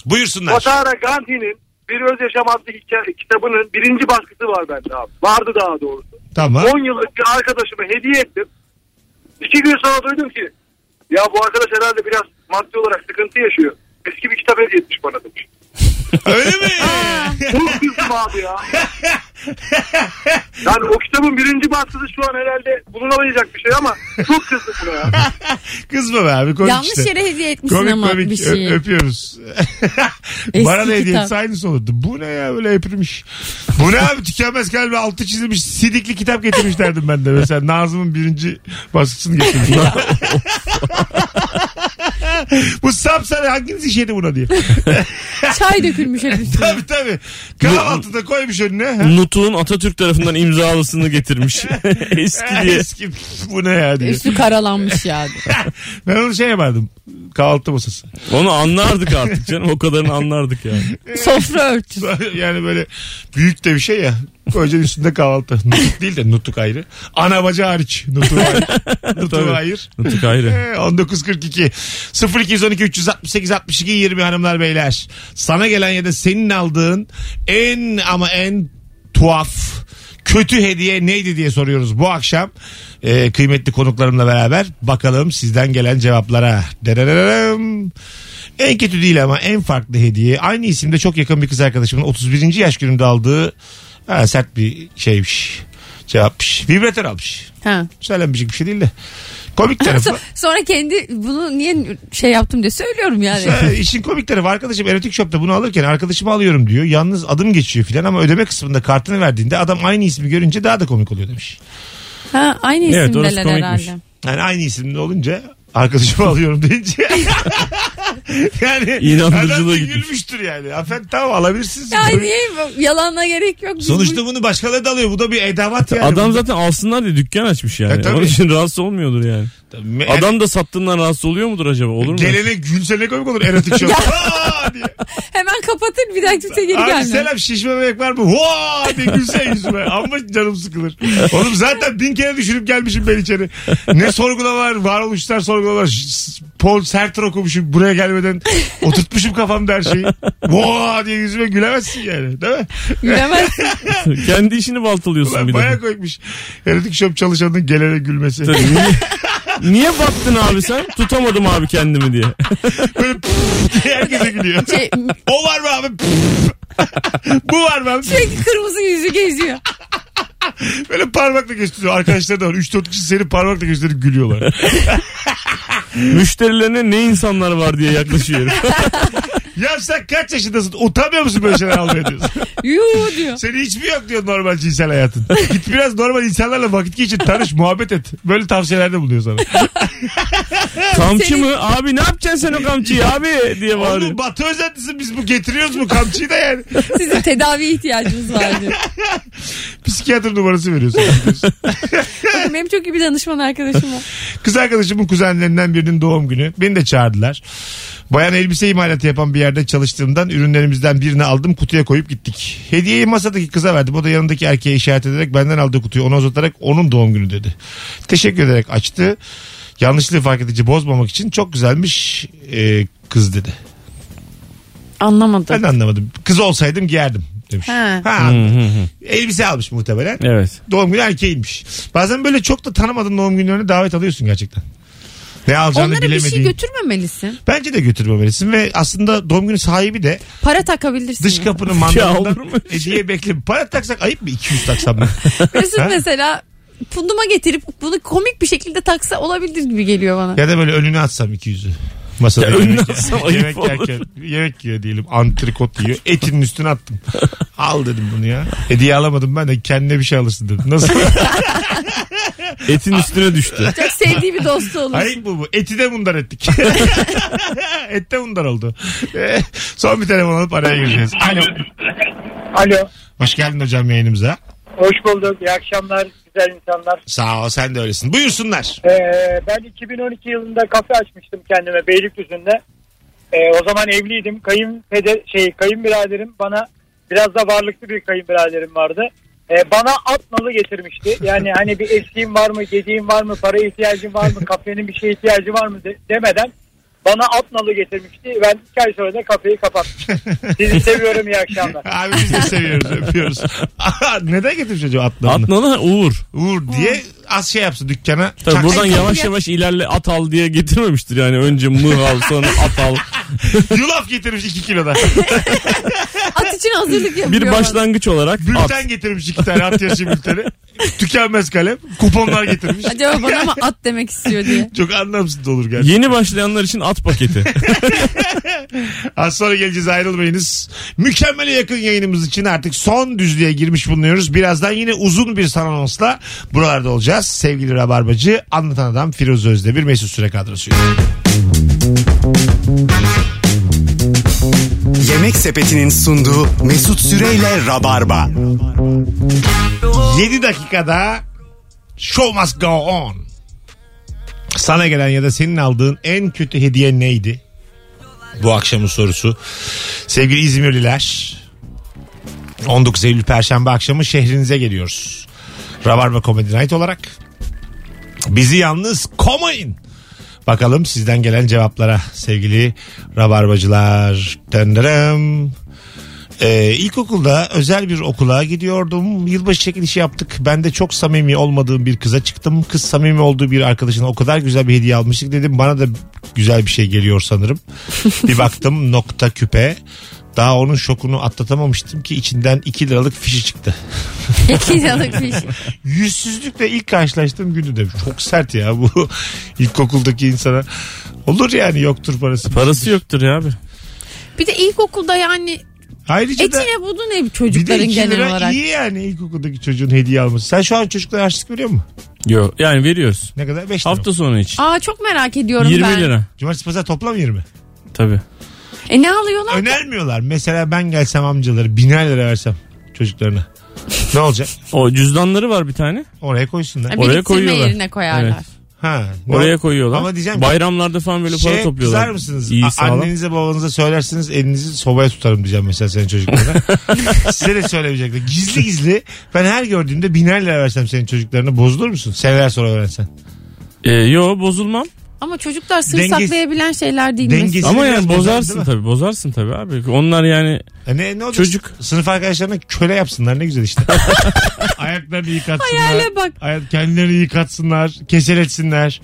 Speaker 2: Buyursunlar.
Speaker 5: Matara Gandhi'nin Bir Öz Yaşam adlı hikaye- kitabının birinci baskısı var bende abi. Vardı daha doğrusu.
Speaker 2: Tamam.
Speaker 5: 10 yıllık bir arkadaşıma hediye ettim. İki gün sonra duydum ki ya bu arkadaş herhalde biraz maddi olarak sıkıntı yaşıyor. Eski bir kitap hediye etmiş bana demiş.
Speaker 2: Öyle mi? *laughs*
Speaker 5: Çok kızdım abi ya. Yani o kitabın birinci baskısı şu an herhalde bulunamayacak bir şey ama çok kızdım buna ya.
Speaker 2: Kızma be abi. Komik
Speaker 4: Yanlış
Speaker 2: işte.
Speaker 4: yere hediye etmişsin
Speaker 2: Komik
Speaker 4: ama
Speaker 2: komik
Speaker 4: bir şey.
Speaker 2: Ö-
Speaker 4: şeyi. *laughs*
Speaker 2: öpüyoruz.
Speaker 4: Eski
Speaker 2: Bana da hediye
Speaker 4: kitap.
Speaker 2: etse aynısı olurdu. Bu ne ya böyle hepirmiş. Bu ne abi tükenmez kalbi altı çizilmiş sidikli kitap getirmişlerdim ben de. Mesela Nazım'ın birinci baskısını getirmişler. *laughs* Bu sapsarı hanginiz işedi buna diye.
Speaker 4: Çay dökülmüş hep
Speaker 2: *laughs*
Speaker 4: üstüne.
Speaker 2: tabii tabii. Kahvaltıda koymuş önüne. Ha?
Speaker 3: Nutuk'un Atatürk tarafından
Speaker 2: *laughs*
Speaker 3: imzalısını getirmiş. Eski diye.
Speaker 2: Eski bu ne ya diye.
Speaker 4: Üstü karalanmış yani.
Speaker 2: Ben onu şey yapardım. Kahvaltı masası. *laughs*
Speaker 3: Onu anlardık artık canım. O kadarını anlardık yani.
Speaker 4: Sofra örtüsü.
Speaker 2: yani böyle büyük de bir şey ya. Koyacaksın üstünde kahvaltı. Nutuk değil de nutuk ayrı. Ana baca hariç. Nutuk ayrı. Nutuk
Speaker 3: Tabii.
Speaker 2: ayrı.
Speaker 3: Nutuk ayrı.
Speaker 2: Ee, 1942 0212 368 62 20 hanımlar beyler. Sana gelen ya da senin aldığın en ama en tuhaf kötü hediye neydi diye soruyoruz bu akşam. Ee, kıymetli konuklarımla beraber bakalım sizden gelen cevaplara. Dererem. En kötü değil ama en farklı hediye. Aynı isimde çok yakın bir kız arkadaşımın 31. yaş gününde aldığı ha, sert bir şeymiş. Cevapmış. Vibratör almış.
Speaker 4: Ha.
Speaker 2: Söylenmeyecek bir şey değil de. Komik tarafı.
Speaker 4: So- sonra kendi bunu niye şey yaptım diye söylüyorum yani.
Speaker 2: Ee, İşin komik tarafı arkadaşım erotik shop'ta bunu alırken arkadaşımı alıyorum diyor. Yalnız adım geçiyor filan ama ödeme kısmında kartını verdiğinde adam aynı ismi görünce daha da komik oluyor demiş.
Speaker 4: Ha, aynı
Speaker 3: Evet,
Speaker 4: isimdeler
Speaker 3: orası komikmiş.
Speaker 4: herhalde.
Speaker 2: *laughs* Yani aynı isimde olunca arkadaşımı alıyorum deyince yani
Speaker 3: İnandırıcılığa
Speaker 2: adam da
Speaker 3: gitmiş.
Speaker 2: gülmüştür yani. Aferin tamam alabilirsiniz.
Speaker 4: Ya niye bu- yalana gerek yok. Biz
Speaker 2: Sonuçta bunu başkaları da alıyor. Bu da bir edavat yani.
Speaker 3: Adam zaten alsınlar diye dükkan açmış yani.
Speaker 2: E, tabii.
Speaker 3: Onun için rahatsız olmuyordur yani. Adam da sattığından rahatsız oluyor mudur acaba? Olur mu?
Speaker 2: Gelene gülse ne komik olur erotik
Speaker 4: *laughs*
Speaker 2: şov. Aa diye.
Speaker 4: bu- hemen kapatır bir daha kimse geri
Speaker 2: Abi
Speaker 4: gelmiyor.
Speaker 2: selam şişme bebek var mı? Vaa diye gülse yüzüme. Ama canım sıkılır. Oğlum zaten bin kere düşünüp gelmişim ben içeri. Ne sorgulamalar, varoluşlar sorgulamalar. Ş- ş- Paul Sartre okumuşum buraya gelmeden. Oturtmuşum kafamda her şeyi. Vaa diye yüzüme gülemezsin yani. Değil mi?
Speaker 4: Gülemezsin.
Speaker 3: *laughs* Kendi işini baltalıyorsun bir de.
Speaker 2: Baya koymuş. Erotik şop çalışanının gelene gülmesi.
Speaker 3: Tabii, niye, niye battın abi sen? Tutamadım abi kendimi diye.
Speaker 2: Böyle püf diye herkese gülüyor.
Speaker 4: Şey,
Speaker 2: O var mı abi? Püf. Bu var mı abi?
Speaker 4: sürekli kırmızı yüzü geziyor.
Speaker 2: Böyle parmakla gösteriyor. Arkadaşlar da var. 3-4 kişi seni parmakla gösterip gülüyorlar.
Speaker 3: Müşterilerine ne insanlar var diye yaklaşıyor.
Speaker 2: *laughs* ya sen kaç yaşındasın? Utanmıyor musun böyle şeyler almaya diyorsun?
Speaker 4: Yuu diyor.
Speaker 2: Senin hiç mi yok diyor normal cinsel hayatın. Git biraz normal insanlarla vakit geçir. Tanış, muhabbet et. Böyle tavsiyelerde buluyor sana.
Speaker 3: Kamçı
Speaker 4: Senin-
Speaker 3: mı? Abi ne yapacaksın sen o kamçıyı abi diye bağırıyor.
Speaker 2: Oğlum batı özentisi biz bu getiriyoruz bu kamçıyı da yani.
Speaker 4: Sizin tedaviye ihtiyacınız var diyor.
Speaker 2: Psikiyatr numarası veriyorsun.
Speaker 4: Bakın benim çok iyi bir danışman arkadaşım var.
Speaker 2: Kız arkadaşımın kuzenlerinden birinin doğum günü. Beni de çağırdılar. Bayan elbise imalatı yapan bir yerde çalıştığımdan ürünlerimizden birini aldım kutuya koyup gittik. Hediyeyi masadaki kıza verdim. O da yanındaki erkeğe işaret ederek benden aldığı kutuyu ona uzatarak onun doğum günü dedi. Teşekkür ederek açtı. Yanlışlığı fark edici bozmamak için çok güzelmiş e, kız dedi. Ben
Speaker 4: Anlamadım.
Speaker 2: de anlamadım. Kız olsaydım giyerdim demiş.
Speaker 4: Ha.
Speaker 2: Ha,
Speaker 3: Hmm.
Speaker 2: elbise almış muhtemelen.
Speaker 3: Evet.
Speaker 2: Doğum günü erkeğiymiş. Bazen böyle çok da tanımadığın doğum günlerine davet alıyorsun gerçekten. Ne alacağını
Speaker 4: Onlara bir
Speaker 2: bilemediğin.
Speaker 4: şey götürmemelisin.
Speaker 2: Bence de götürmemelisin ve aslında doğum günü sahibi de
Speaker 4: Para takabilirsin.
Speaker 2: dış
Speaker 3: *laughs*
Speaker 4: ya.
Speaker 2: kapının
Speaker 3: olur mu
Speaker 2: mandalından
Speaker 3: öyle
Speaker 2: hediye bekliyor. Para taksak ayıp mı? 200 taksam ben. Ha?
Speaker 4: Mesut mesela punduma getirip bunu komik bir şekilde taksa olabilir gibi geliyor bana.
Speaker 2: ya da böyle önüne atsam 200'ü. Masada
Speaker 3: Ya önüne
Speaker 2: yemek,
Speaker 3: atsam
Speaker 2: yemek
Speaker 3: ayıp olur.
Speaker 2: yerken yemek yiyor diyelim antrikot yiyor etinin üstüne attım al dedim bunu ya hediye alamadım ben de kendine bir şey alırsın dedim
Speaker 3: *laughs*
Speaker 2: nasıl
Speaker 3: Etin üstüne düştü.
Speaker 4: Çok sevdiği
Speaker 2: *laughs*
Speaker 4: bir dostu olur.
Speaker 2: Ayıp bu bu. Eti de bundan ettik. *laughs* Et de bundan oldu. *laughs* Eh, Son bir telefon alıp araya gireceğiz. Alo.
Speaker 6: Alo.
Speaker 2: Hoş geldin hocam yayınımıza.
Speaker 6: Hoş bulduk. İyi akşamlar güzel insanlar.
Speaker 2: Sağ ol sen de öylesin. Buyursunlar.
Speaker 6: Ee, ben 2012 yılında kafe açmıştım kendime Beylikdüzü'nde. Ee, o zaman evliydim. Kayınpeder, şey, kayınbiraderim bana biraz da varlıklı bir kayınbiraderim vardı. Ee, bana at nalı getirmişti. Yani hani bir eksiğim var mı, gediğim var mı, para ihtiyacım var mı, kafenin bir şeye ihtiyacı var mı de- demeden bana at nalı getirmişti. Ben iki ay sonra da kafeyi kapattım. Sizi seviyorum iyi akşamlar.
Speaker 2: Abi biz de seviyoruz öpüyoruz. *laughs* Aha, Neden getirmiş acaba atlarını?
Speaker 3: Atnalı Uğur.
Speaker 2: Uğur diye az şey yapsın dükkana.
Speaker 3: Tabii
Speaker 2: Çak- *laughs*
Speaker 3: buradan
Speaker 2: Ay,
Speaker 3: yavaş yavaş ilerle at al diye getirmemiştir yani. Önce mı al sonra
Speaker 2: *laughs*
Speaker 3: at al.
Speaker 2: Yulaf getirmiş 2 kiloda.
Speaker 4: At için hazırlık yapıyor.
Speaker 3: Bir başlangıç olarak at.
Speaker 2: Bülten getirmiş 2 tane at yaşı bülteni. Tükenmez kalem. Kuponlar getirmiş.
Speaker 4: bana. Acaba bana mı at demek istiyor *laughs* diye.
Speaker 2: Çok anlamsız da olur gerçekten.
Speaker 3: Yeni başlayanlar için at paketi.
Speaker 2: *laughs* Az sonra geleceğiz ayrılmayınız. Mükemmele yakın yayınımız için artık son düzlüğe girmiş bulunuyoruz. Birazdan yine uzun bir sanonsla buralarda olacağız. Sevgili Rabarbacı, Anlatan Adam Firuze Özdemir, Mesut Süre kadrosuyla.
Speaker 1: Yemek Sepeti'nin sunduğu Mesut Süreyle Rabarba.
Speaker 2: 7 dakikada Show Must Go On. Sana gelen ya da senin aldığın en kötü hediye neydi? Bu akşamın sorusu. Sevgili İzmirliler 19 Eylül Perşembe akşamı şehrinize geliyoruz. Rabarba Comedy Night olarak. Bizi yalnız komayın. Bakalım sizden gelen cevaplara sevgili Rabarbacılar. Döndürüm. Ee, ilkokulda özel bir okula gidiyordum. Yılbaşı çekilişi yaptık. Ben de çok samimi olmadığım bir kıza çıktım. Kız samimi olduğu bir arkadaşına o kadar güzel bir hediye almıştık dedim. Bana da güzel bir şey geliyor
Speaker 4: *laughs*
Speaker 2: sanırım. bir baktım nokta küpe. Daha onun şokunu atlatamamıştım ki içinden 2 liralık fişi çıktı.
Speaker 4: İki yıllık bir şey.
Speaker 2: Yüzsüzlükle ilk karşılaştığım günü de çok sert ya bu *laughs* ilkokuldaki insana. Olur yani yoktur parası.
Speaker 3: Parası yoktur ya abi.
Speaker 4: Bir de ilkokulda yani
Speaker 2: Ayrıca da...
Speaker 4: etine budu ne
Speaker 2: Bir de
Speaker 4: çocukların
Speaker 2: 2
Speaker 4: genel
Speaker 2: lira
Speaker 4: olarak.
Speaker 2: iyi yani ilkokuldaki çocuğun hediye alması. Sen şu an çocuklara harçlık veriyor musun?
Speaker 3: Yok. Yani veriyoruz.
Speaker 2: Ne kadar? 5 lira.
Speaker 3: Hafta sonu için.
Speaker 4: Aa çok merak ediyorum
Speaker 3: 20
Speaker 4: ben.
Speaker 3: lira.
Speaker 2: Cumartesi pazar toplam 20.
Speaker 3: Tabii.
Speaker 4: E ne alıyorlar?
Speaker 2: Önermiyorlar. Mesela ben gelsem amcaları biner lira versem çocuklarına. ne olacak?
Speaker 3: O cüzdanları var bir tane.
Speaker 2: Oraya koysunlar.
Speaker 4: Ha,
Speaker 3: oraya
Speaker 4: biriktirme
Speaker 3: koyuyorlar.
Speaker 4: yerine koyarlar.
Speaker 3: Evet.
Speaker 2: Ha. ne-
Speaker 3: Oraya koyuyorlar.
Speaker 2: Ama diyeceğim ki-
Speaker 3: Bayramlarda falan böyle para
Speaker 2: Şey
Speaker 3: topluyorlar.
Speaker 2: kızar mısınız?
Speaker 3: İyi
Speaker 2: A-
Speaker 3: sağlam.
Speaker 2: Annenize babanıza söylersiniz elinizi sobaya tutarım diyeceğim mesela senin
Speaker 3: *laughs*
Speaker 2: çocuklarına. Size de söylemeyecekler. Gizli gizli ben her gördüğümde biner lira versem senin çocuklarına bozulur musun? Seneler sonra öğrensen.
Speaker 3: Ee, yo bozulmam.
Speaker 4: Ama çocuklar sır
Speaker 2: Dengesi-
Speaker 4: saklayabilen şeyler değil
Speaker 2: Dengesi-
Speaker 4: mi?
Speaker 3: Ama
Speaker 2: biraz
Speaker 3: yani
Speaker 2: bozar,
Speaker 3: bozarsın
Speaker 2: değil mi?
Speaker 3: tabii. Bozarsın tabii abi. Onlar yani
Speaker 2: E ne, ne olacak?
Speaker 3: çocuk.
Speaker 2: Sınıf arkadaşlarına köle yapsınlar ne güzel
Speaker 3: *laughs*
Speaker 2: işte. Ayaklarını yıkatsınlar.
Speaker 4: Hayale bak.
Speaker 2: Ay- Kendilerini yıkatsınlar. Kesel etsinler.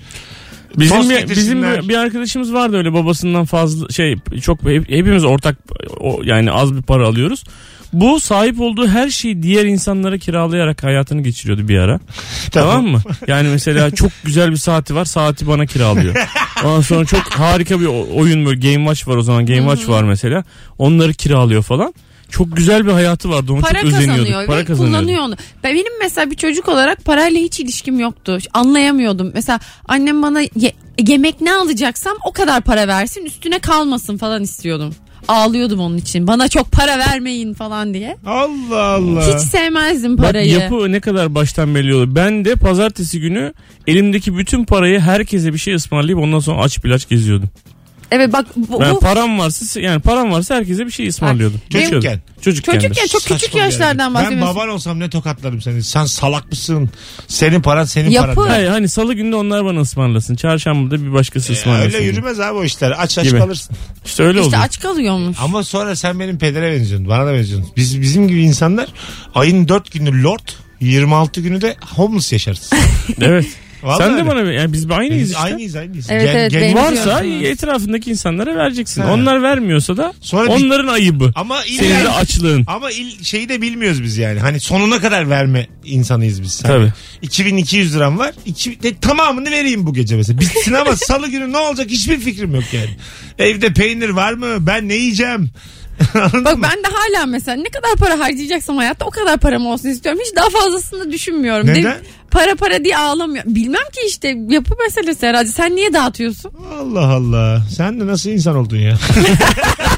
Speaker 2: Tost
Speaker 3: Bizim bir, bizim
Speaker 2: getirsinler.
Speaker 3: bir, bir arkadaşımız vardı öyle babasından fazla şey çok hep- hepimiz ortak o, yani az bir para alıyoruz. Bu sahip olduğu her şeyi diğer insanlara kiralayarak hayatını geçiriyordu bir ara. Tamam mı? Yani mesela çok güzel bir saati var. Saati bana kiralıyor. Ondan sonra çok harika bir o- oyun böyle Game Watch var o zaman. Game Watch var mesela. Onları kiralıyor falan. Çok güzel bir hayatı vardı. Ona
Speaker 4: Para
Speaker 3: çok özeniyorduk.
Speaker 4: kazanıyor
Speaker 3: Para
Speaker 4: ve
Speaker 3: kazanıyordu.
Speaker 4: kullanıyor onu. Ben benim mesela bir çocuk olarak parayla hiç ilişkim yoktu. Anlayamıyordum. Mesela annem bana ye- yemek ne alacaksam o kadar para versin, üstüne kalmasın falan istiyordum. Ağlıyordum onun için. Bana çok para vermeyin falan diye.
Speaker 2: Allah Allah.
Speaker 4: Hiç sevmezdim
Speaker 3: Bak
Speaker 4: parayı.
Speaker 3: yapı ne kadar baştan belli oluyor. Ben de pazartesi günü elimdeki bütün parayı herkese bir şey ısmarlayıp ondan sonra aç bir ilaç geziyordum.
Speaker 4: Evet bak bu,
Speaker 3: Ben
Speaker 4: bu
Speaker 3: param varsa yani param varsa herkese bir şey ısmarlıyordum.
Speaker 2: Çocukken.
Speaker 3: Geçiyordum. Çocukken. de.
Speaker 4: çocukken çok küçük
Speaker 2: Saçma
Speaker 4: yaşlardan
Speaker 2: yani. Ben
Speaker 4: bahsediyorsun.
Speaker 2: baban olsam ne tokatlarım seni. Sen salak mısın? Senin paran senin
Speaker 4: Yapı.
Speaker 2: paran.
Speaker 3: Hayır, hani salı günü de onlar bana ısmarlasın. Çarşamba da bir başkası
Speaker 2: Ya
Speaker 3: ısmarlasın.
Speaker 2: öyle yürümez abi o işler. Aç aç
Speaker 3: Gibi.
Speaker 2: kalırsın.
Speaker 3: İşte öyle
Speaker 4: işte
Speaker 3: oldu.
Speaker 4: aç kalıyormuş.
Speaker 2: Ama sonra sen benim pedere benziyorsun. Bana da benziyorsun. Biz, bizim gibi insanlar ayın 4 günü lord 26 günü de homeless
Speaker 3: *laughs*
Speaker 2: yaşarız.
Speaker 3: Evet.
Speaker 2: *laughs* Vallahi
Speaker 3: Sen de
Speaker 2: öyle.
Speaker 3: bana yani biz aynıyız
Speaker 2: Biz
Speaker 3: işte.
Speaker 2: aynıyız aynıyız.
Speaker 4: Evet, evet, benim-
Speaker 3: Varsa
Speaker 4: Benziyorsunuz.
Speaker 3: etrafındaki insanlara vereceksin.
Speaker 2: Ha.
Speaker 3: Onlar vermiyorsa da
Speaker 2: Sonra bir-
Speaker 3: onların ayıbı.
Speaker 2: Ama
Speaker 3: Senin de
Speaker 2: illa
Speaker 3: açlığın.
Speaker 2: ama il, şeyi de bilmiyoruz biz yani. Hani sonuna kadar verme insanıyız biz. Hani
Speaker 3: Tabii.
Speaker 2: 2200 liram var. İki, de, tamamını vereyim bu gece mesela. Bitsin
Speaker 4: *laughs*
Speaker 2: ama salı günü ne olacak hiçbir fikrim yok yani. Evde peynir var mı? Ben ne yiyeceğim? *laughs* Anladın
Speaker 4: Bak
Speaker 2: mı?
Speaker 4: ben de hala mesela ne kadar para harcayacaksam hayatta o kadar param olsun istiyorum. Hiç daha fazlasını düşünmüyorum.
Speaker 2: Neden?
Speaker 4: Değil- para para diye ağlamıyorum. Bilmem ki işte yapı meselesi herhalde. Sen niye dağıtıyorsun?
Speaker 2: Allah Allah. Sen de nasıl insan oldun ya? *laughs*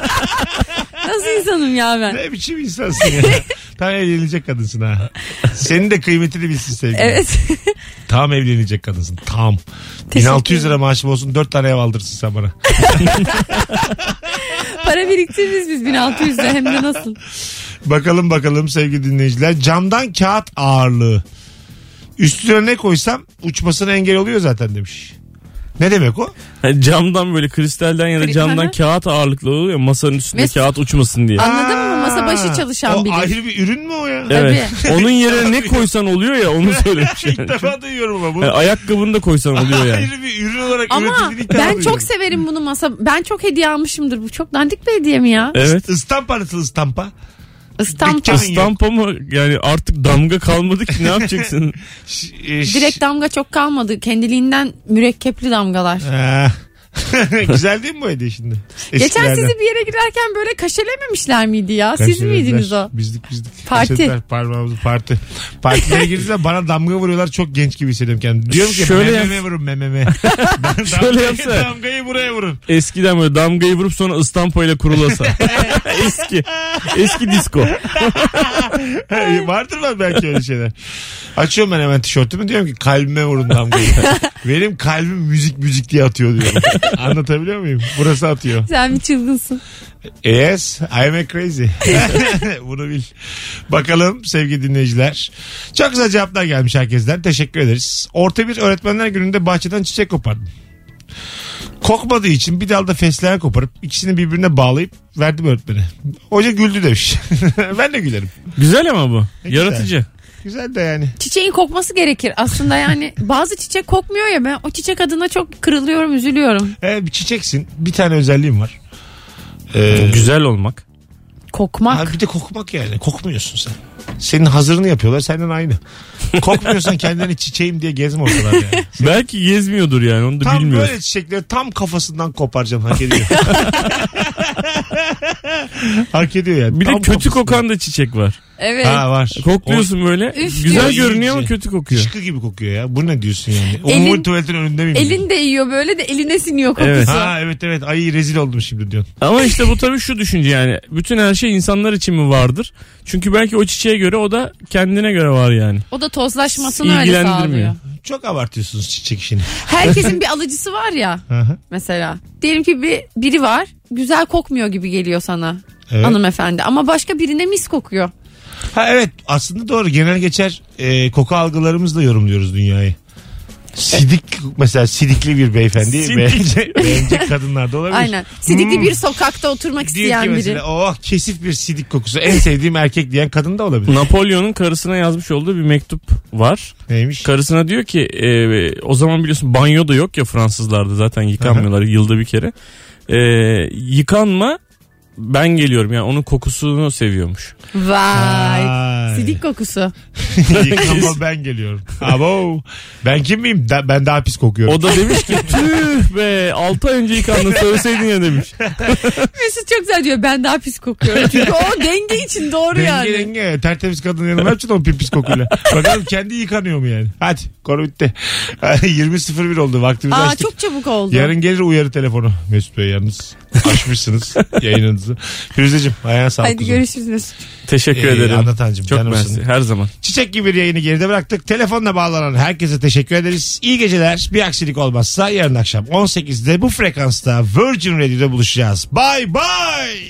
Speaker 4: Nasıl insanım ya ben?
Speaker 2: ne biçim insansın
Speaker 4: *laughs*
Speaker 2: ya? Tam evlenecek kadınsın ha. Senin de kıymetini bilsin sevgili.
Speaker 4: Evet. *laughs*
Speaker 2: Tam evlenecek kadınsın. Tam.
Speaker 4: Teşekkür
Speaker 2: 1600 lira maaşım olsun 4 tane ev aldırsın sen bana.
Speaker 4: para biriktiririz biz 1600'de hem
Speaker 2: *laughs*
Speaker 4: de nasıl.
Speaker 2: Bakalım bakalım sevgili dinleyiciler. Camdan kağıt ağırlığı. Üstüne ne koysam uçmasına engel oluyor zaten demiş. Ne demek o?
Speaker 3: Yani Hani camdan böyle kristalden ya da
Speaker 4: Kri-
Speaker 3: camdan
Speaker 4: Aha.
Speaker 3: kağıt ağırlıklı oluyor ya, masanın üstünde
Speaker 4: Mes-
Speaker 3: kağıt uçmasın diye.
Speaker 4: Anladın mı? Masa
Speaker 2: Aa,
Speaker 4: başı çalışan
Speaker 2: o
Speaker 4: biri.
Speaker 2: ayrı bir ürün mü o ya? *laughs*
Speaker 3: Evet.
Speaker 4: Tabii.
Speaker 3: Onun yerine ne koysan oluyor ya onu söylemiş yani.
Speaker 2: İlk şey defa duyuyorum
Speaker 3: *laughs*
Speaker 2: ama bu.
Speaker 3: Yani ayakkabını da koysan oluyor yani.
Speaker 2: Ayrı bir ürün olarak
Speaker 4: Ama
Speaker 2: üretildiğini ilk defa
Speaker 4: ben
Speaker 2: duyuyorum.
Speaker 4: çok severim bunu masa. Ben çok hediye almışımdır. Bu çok dandik bir hediye mi ya?
Speaker 3: Evet.
Speaker 2: İstampa nasıl istampa?
Speaker 4: İstanbul.
Speaker 2: Dükkan-
Speaker 3: Stampa mı yani artık damga kalmadı ki
Speaker 2: *laughs*
Speaker 3: ne yapacaksın?
Speaker 2: Ş- e, ş-
Speaker 4: Direkt damga çok kalmadı. Kendiliğinden mürekkepli damgalar.
Speaker 2: Ha. *laughs* Güzel değil mi bu hediye şimdi?
Speaker 4: Geçen
Speaker 2: Eskilerden.
Speaker 4: sizi bir yere girerken böyle kaşelememişler miydi ya? Siz
Speaker 2: Kaşelediler.
Speaker 4: miydiniz o?
Speaker 2: Bizdik bizdik.
Speaker 4: Parti.
Speaker 2: Kaşelediler, Parmağımızı parti. Partilere girdiler bana damga vuruyorlar çok genç gibi hissediyorum kendimi. Diyorum ki
Speaker 3: Şöyle
Speaker 2: Şöyle mememe
Speaker 3: yap-
Speaker 2: vurun mememe. Dam-
Speaker 3: Şöyle
Speaker 2: damgayı-
Speaker 3: yapsa.
Speaker 2: Damgayı buraya vurun.
Speaker 3: Eskiden böyle damgayı vurup sonra ıstampa
Speaker 2: *laughs*
Speaker 3: ile kurulasa. *laughs* eski. Eski disco.
Speaker 2: Hey, Vardır var belki öyle şeyler. Açıyorum ben hemen tişörtümü diyorum ki kalbime vurun damgayı. Benim kalbim müzik müzik diye atıyor diyorum. Anlatabiliyor muyum? Burası atıyor.
Speaker 4: Sen bir çılgınsın.
Speaker 2: Yes, I'm a crazy. *laughs* Bunu bil. Bakalım sevgili dinleyiciler. Çok güzel cevaplar gelmiş herkesten. Teşekkür ederiz. Orta bir öğretmenler gününde bahçeden çiçek kopardım. Kokmadığı için bir dalda fesleğen koparıp ikisini birbirine bağlayıp verdim öğretmene. Hoca güldü demiş. *laughs* ben de gülerim.
Speaker 3: Güzel ama bu.
Speaker 2: güzel.
Speaker 3: Yaratıcı.
Speaker 2: Güzel de yani.
Speaker 4: Çiçeğin kokması gerekir.
Speaker 2: *laughs*
Speaker 4: Aslında yani bazı çiçek kokmuyor ya ben o çiçek adına çok kırılıyorum, üzülüyorum.
Speaker 2: Ee, bir çiçeksin. Bir tane özelliğim var. Ee,
Speaker 3: Güzel olmak.
Speaker 4: Kokmak.
Speaker 2: Abi bir de kokmak yani. Kokmuyorsun sen. Senin hazırını yapıyorlar senden aynı. Kokmuyorsan kendini çiçeğim diye gezme ortalarda yani.
Speaker 3: Belki gezmiyordur yani onu da
Speaker 2: Tam
Speaker 3: bilmiyoruz.
Speaker 2: böyle çiçekleri tam kafasından koparacağım hak
Speaker 3: *laughs*
Speaker 2: ediyor. hak ediyor yani.
Speaker 3: Bir de
Speaker 2: Tam
Speaker 3: kötü
Speaker 2: kafasından.
Speaker 3: kokan da çiçek var.
Speaker 4: Evet.
Speaker 2: Ha var.
Speaker 3: Kokluyorsun böyle.
Speaker 4: Üf
Speaker 3: Güzel
Speaker 4: diyor.
Speaker 3: görünüyor ama kötü
Speaker 2: O-
Speaker 3: kokuyor.
Speaker 2: Şıkı gibi kokuyor ya. Bu ne diyorsun yani? O
Speaker 4: Elin-
Speaker 2: mumur tuvaletin önünde miyim?
Speaker 4: Elin de yiyor böyle de eline siniyor kokusu.
Speaker 3: Evet.
Speaker 2: Ha evet evet. Ay rezil oldum şimdi diyorsun.
Speaker 3: Ama işte bu tabii şu düşünce yani. Bütün her şey insanlar için mi vardır? Çünkü belki o çiçeğe göre o da kendine göre var yani.
Speaker 4: O da tozlaşmasını öyle
Speaker 3: İlgilendirmiyor.
Speaker 4: sağlıyor.
Speaker 2: Çok abartıyorsunuz çiçek işini.
Speaker 4: Herkesin bir alıcısı var ya
Speaker 2: Aha,
Speaker 4: mesela. Diyelim ki bir biri var. Güzel kokmuyor gibi geliyor sana
Speaker 2: evet.
Speaker 4: hanımefendi ama başka birine mis kokuyor.
Speaker 2: Ha evet aslında doğru genel geçer e, koku algılarımızla yorumluyoruz dünyayı. Sidik mesela sidikli bir beyefendi
Speaker 3: Sidik.
Speaker 2: bence, bence kadınlar da olabilir.
Speaker 4: Aynen. Sidikli
Speaker 2: Hmm.
Speaker 4: bir sokakta oturmak
Speaker 2: Diyor
Speaker 4: isteyen
Speaker 2: ki
Speaker 4: biri.
Speaker 2: mesela oh kesif bir sidik kokusu en sevdiğim erkek diyen kadın da
Speaker 4: *laughs*
Speaker 2: olabilir.
Speaker 3: Napolyon'un karısına yazmış olduğu bir mektup var.
Speaker 2: Neymiş?
Speaker 3: Karısına diyor ki e, o zaman biliyorsun banyo da yok ya Fransızlarda zaten yıkanmıyorlar yılda bir kere. E, yıkanma ben geliyorum yani onun kokusunu seviyormuş.
Speaker 4: Vay.
Speaker 2: Ay. *laughs*
Speaker 4: Sidik kokusu. *laughs*
Speaker 2: Yıkama ben geliyorum. Abo. Ben kim miyim? Da- ben daha pis kokuyorum.
Speaker 3: O da demiş *laughs* ki tüh be 6 ay önce yıkandın söyleseydin ya demiş.
Speaker 4: Mesut çok güzel diyor ben daha pis kokuyorum. Çünkü o denge için doğru
Speaker 2: Denge
Speaker 4: yani.
Speaker 2: denge. Tertemiz kadın yanıma yapacaksın o pis kokuyla. Bakalım kendi yıkanıyor mu yani? Hadi konu bitti. *laughs* 20.01 oldu vaktimizi
Speaker 4: Aa
Speaker 2: açtık.
Speaker 4: çok çabuk oldu.
Speaker 2: Yarın gelir uyarı telefonu. Mesut Bey yalnız aşmışsınız *laughs* yayınınızı. Firuzeciğim ayağına sağlık.
Speaker 4: Hadi
Speaker 2: kuzum.
Speaker 4: görüşürüz Mesut.
Speaker 3: Teşekkür
Speaker 2: Ee,
Speaker 3: ederim.
Speaker 2: anlatancım,
Speaker 3: Çok
Speaker 2: canımsın.
Speaker 3: mersi her zaman.
Speaker 2: Çiçek gibi bir yayını geride bıraktık. Telefonla bağlanan herkese teşekkür ederiz. İyi geceler. Bir aksilik olmazsa yarın akşam 18'de bu frekansta Virgin Radio'da buluşacağız. Bye bye.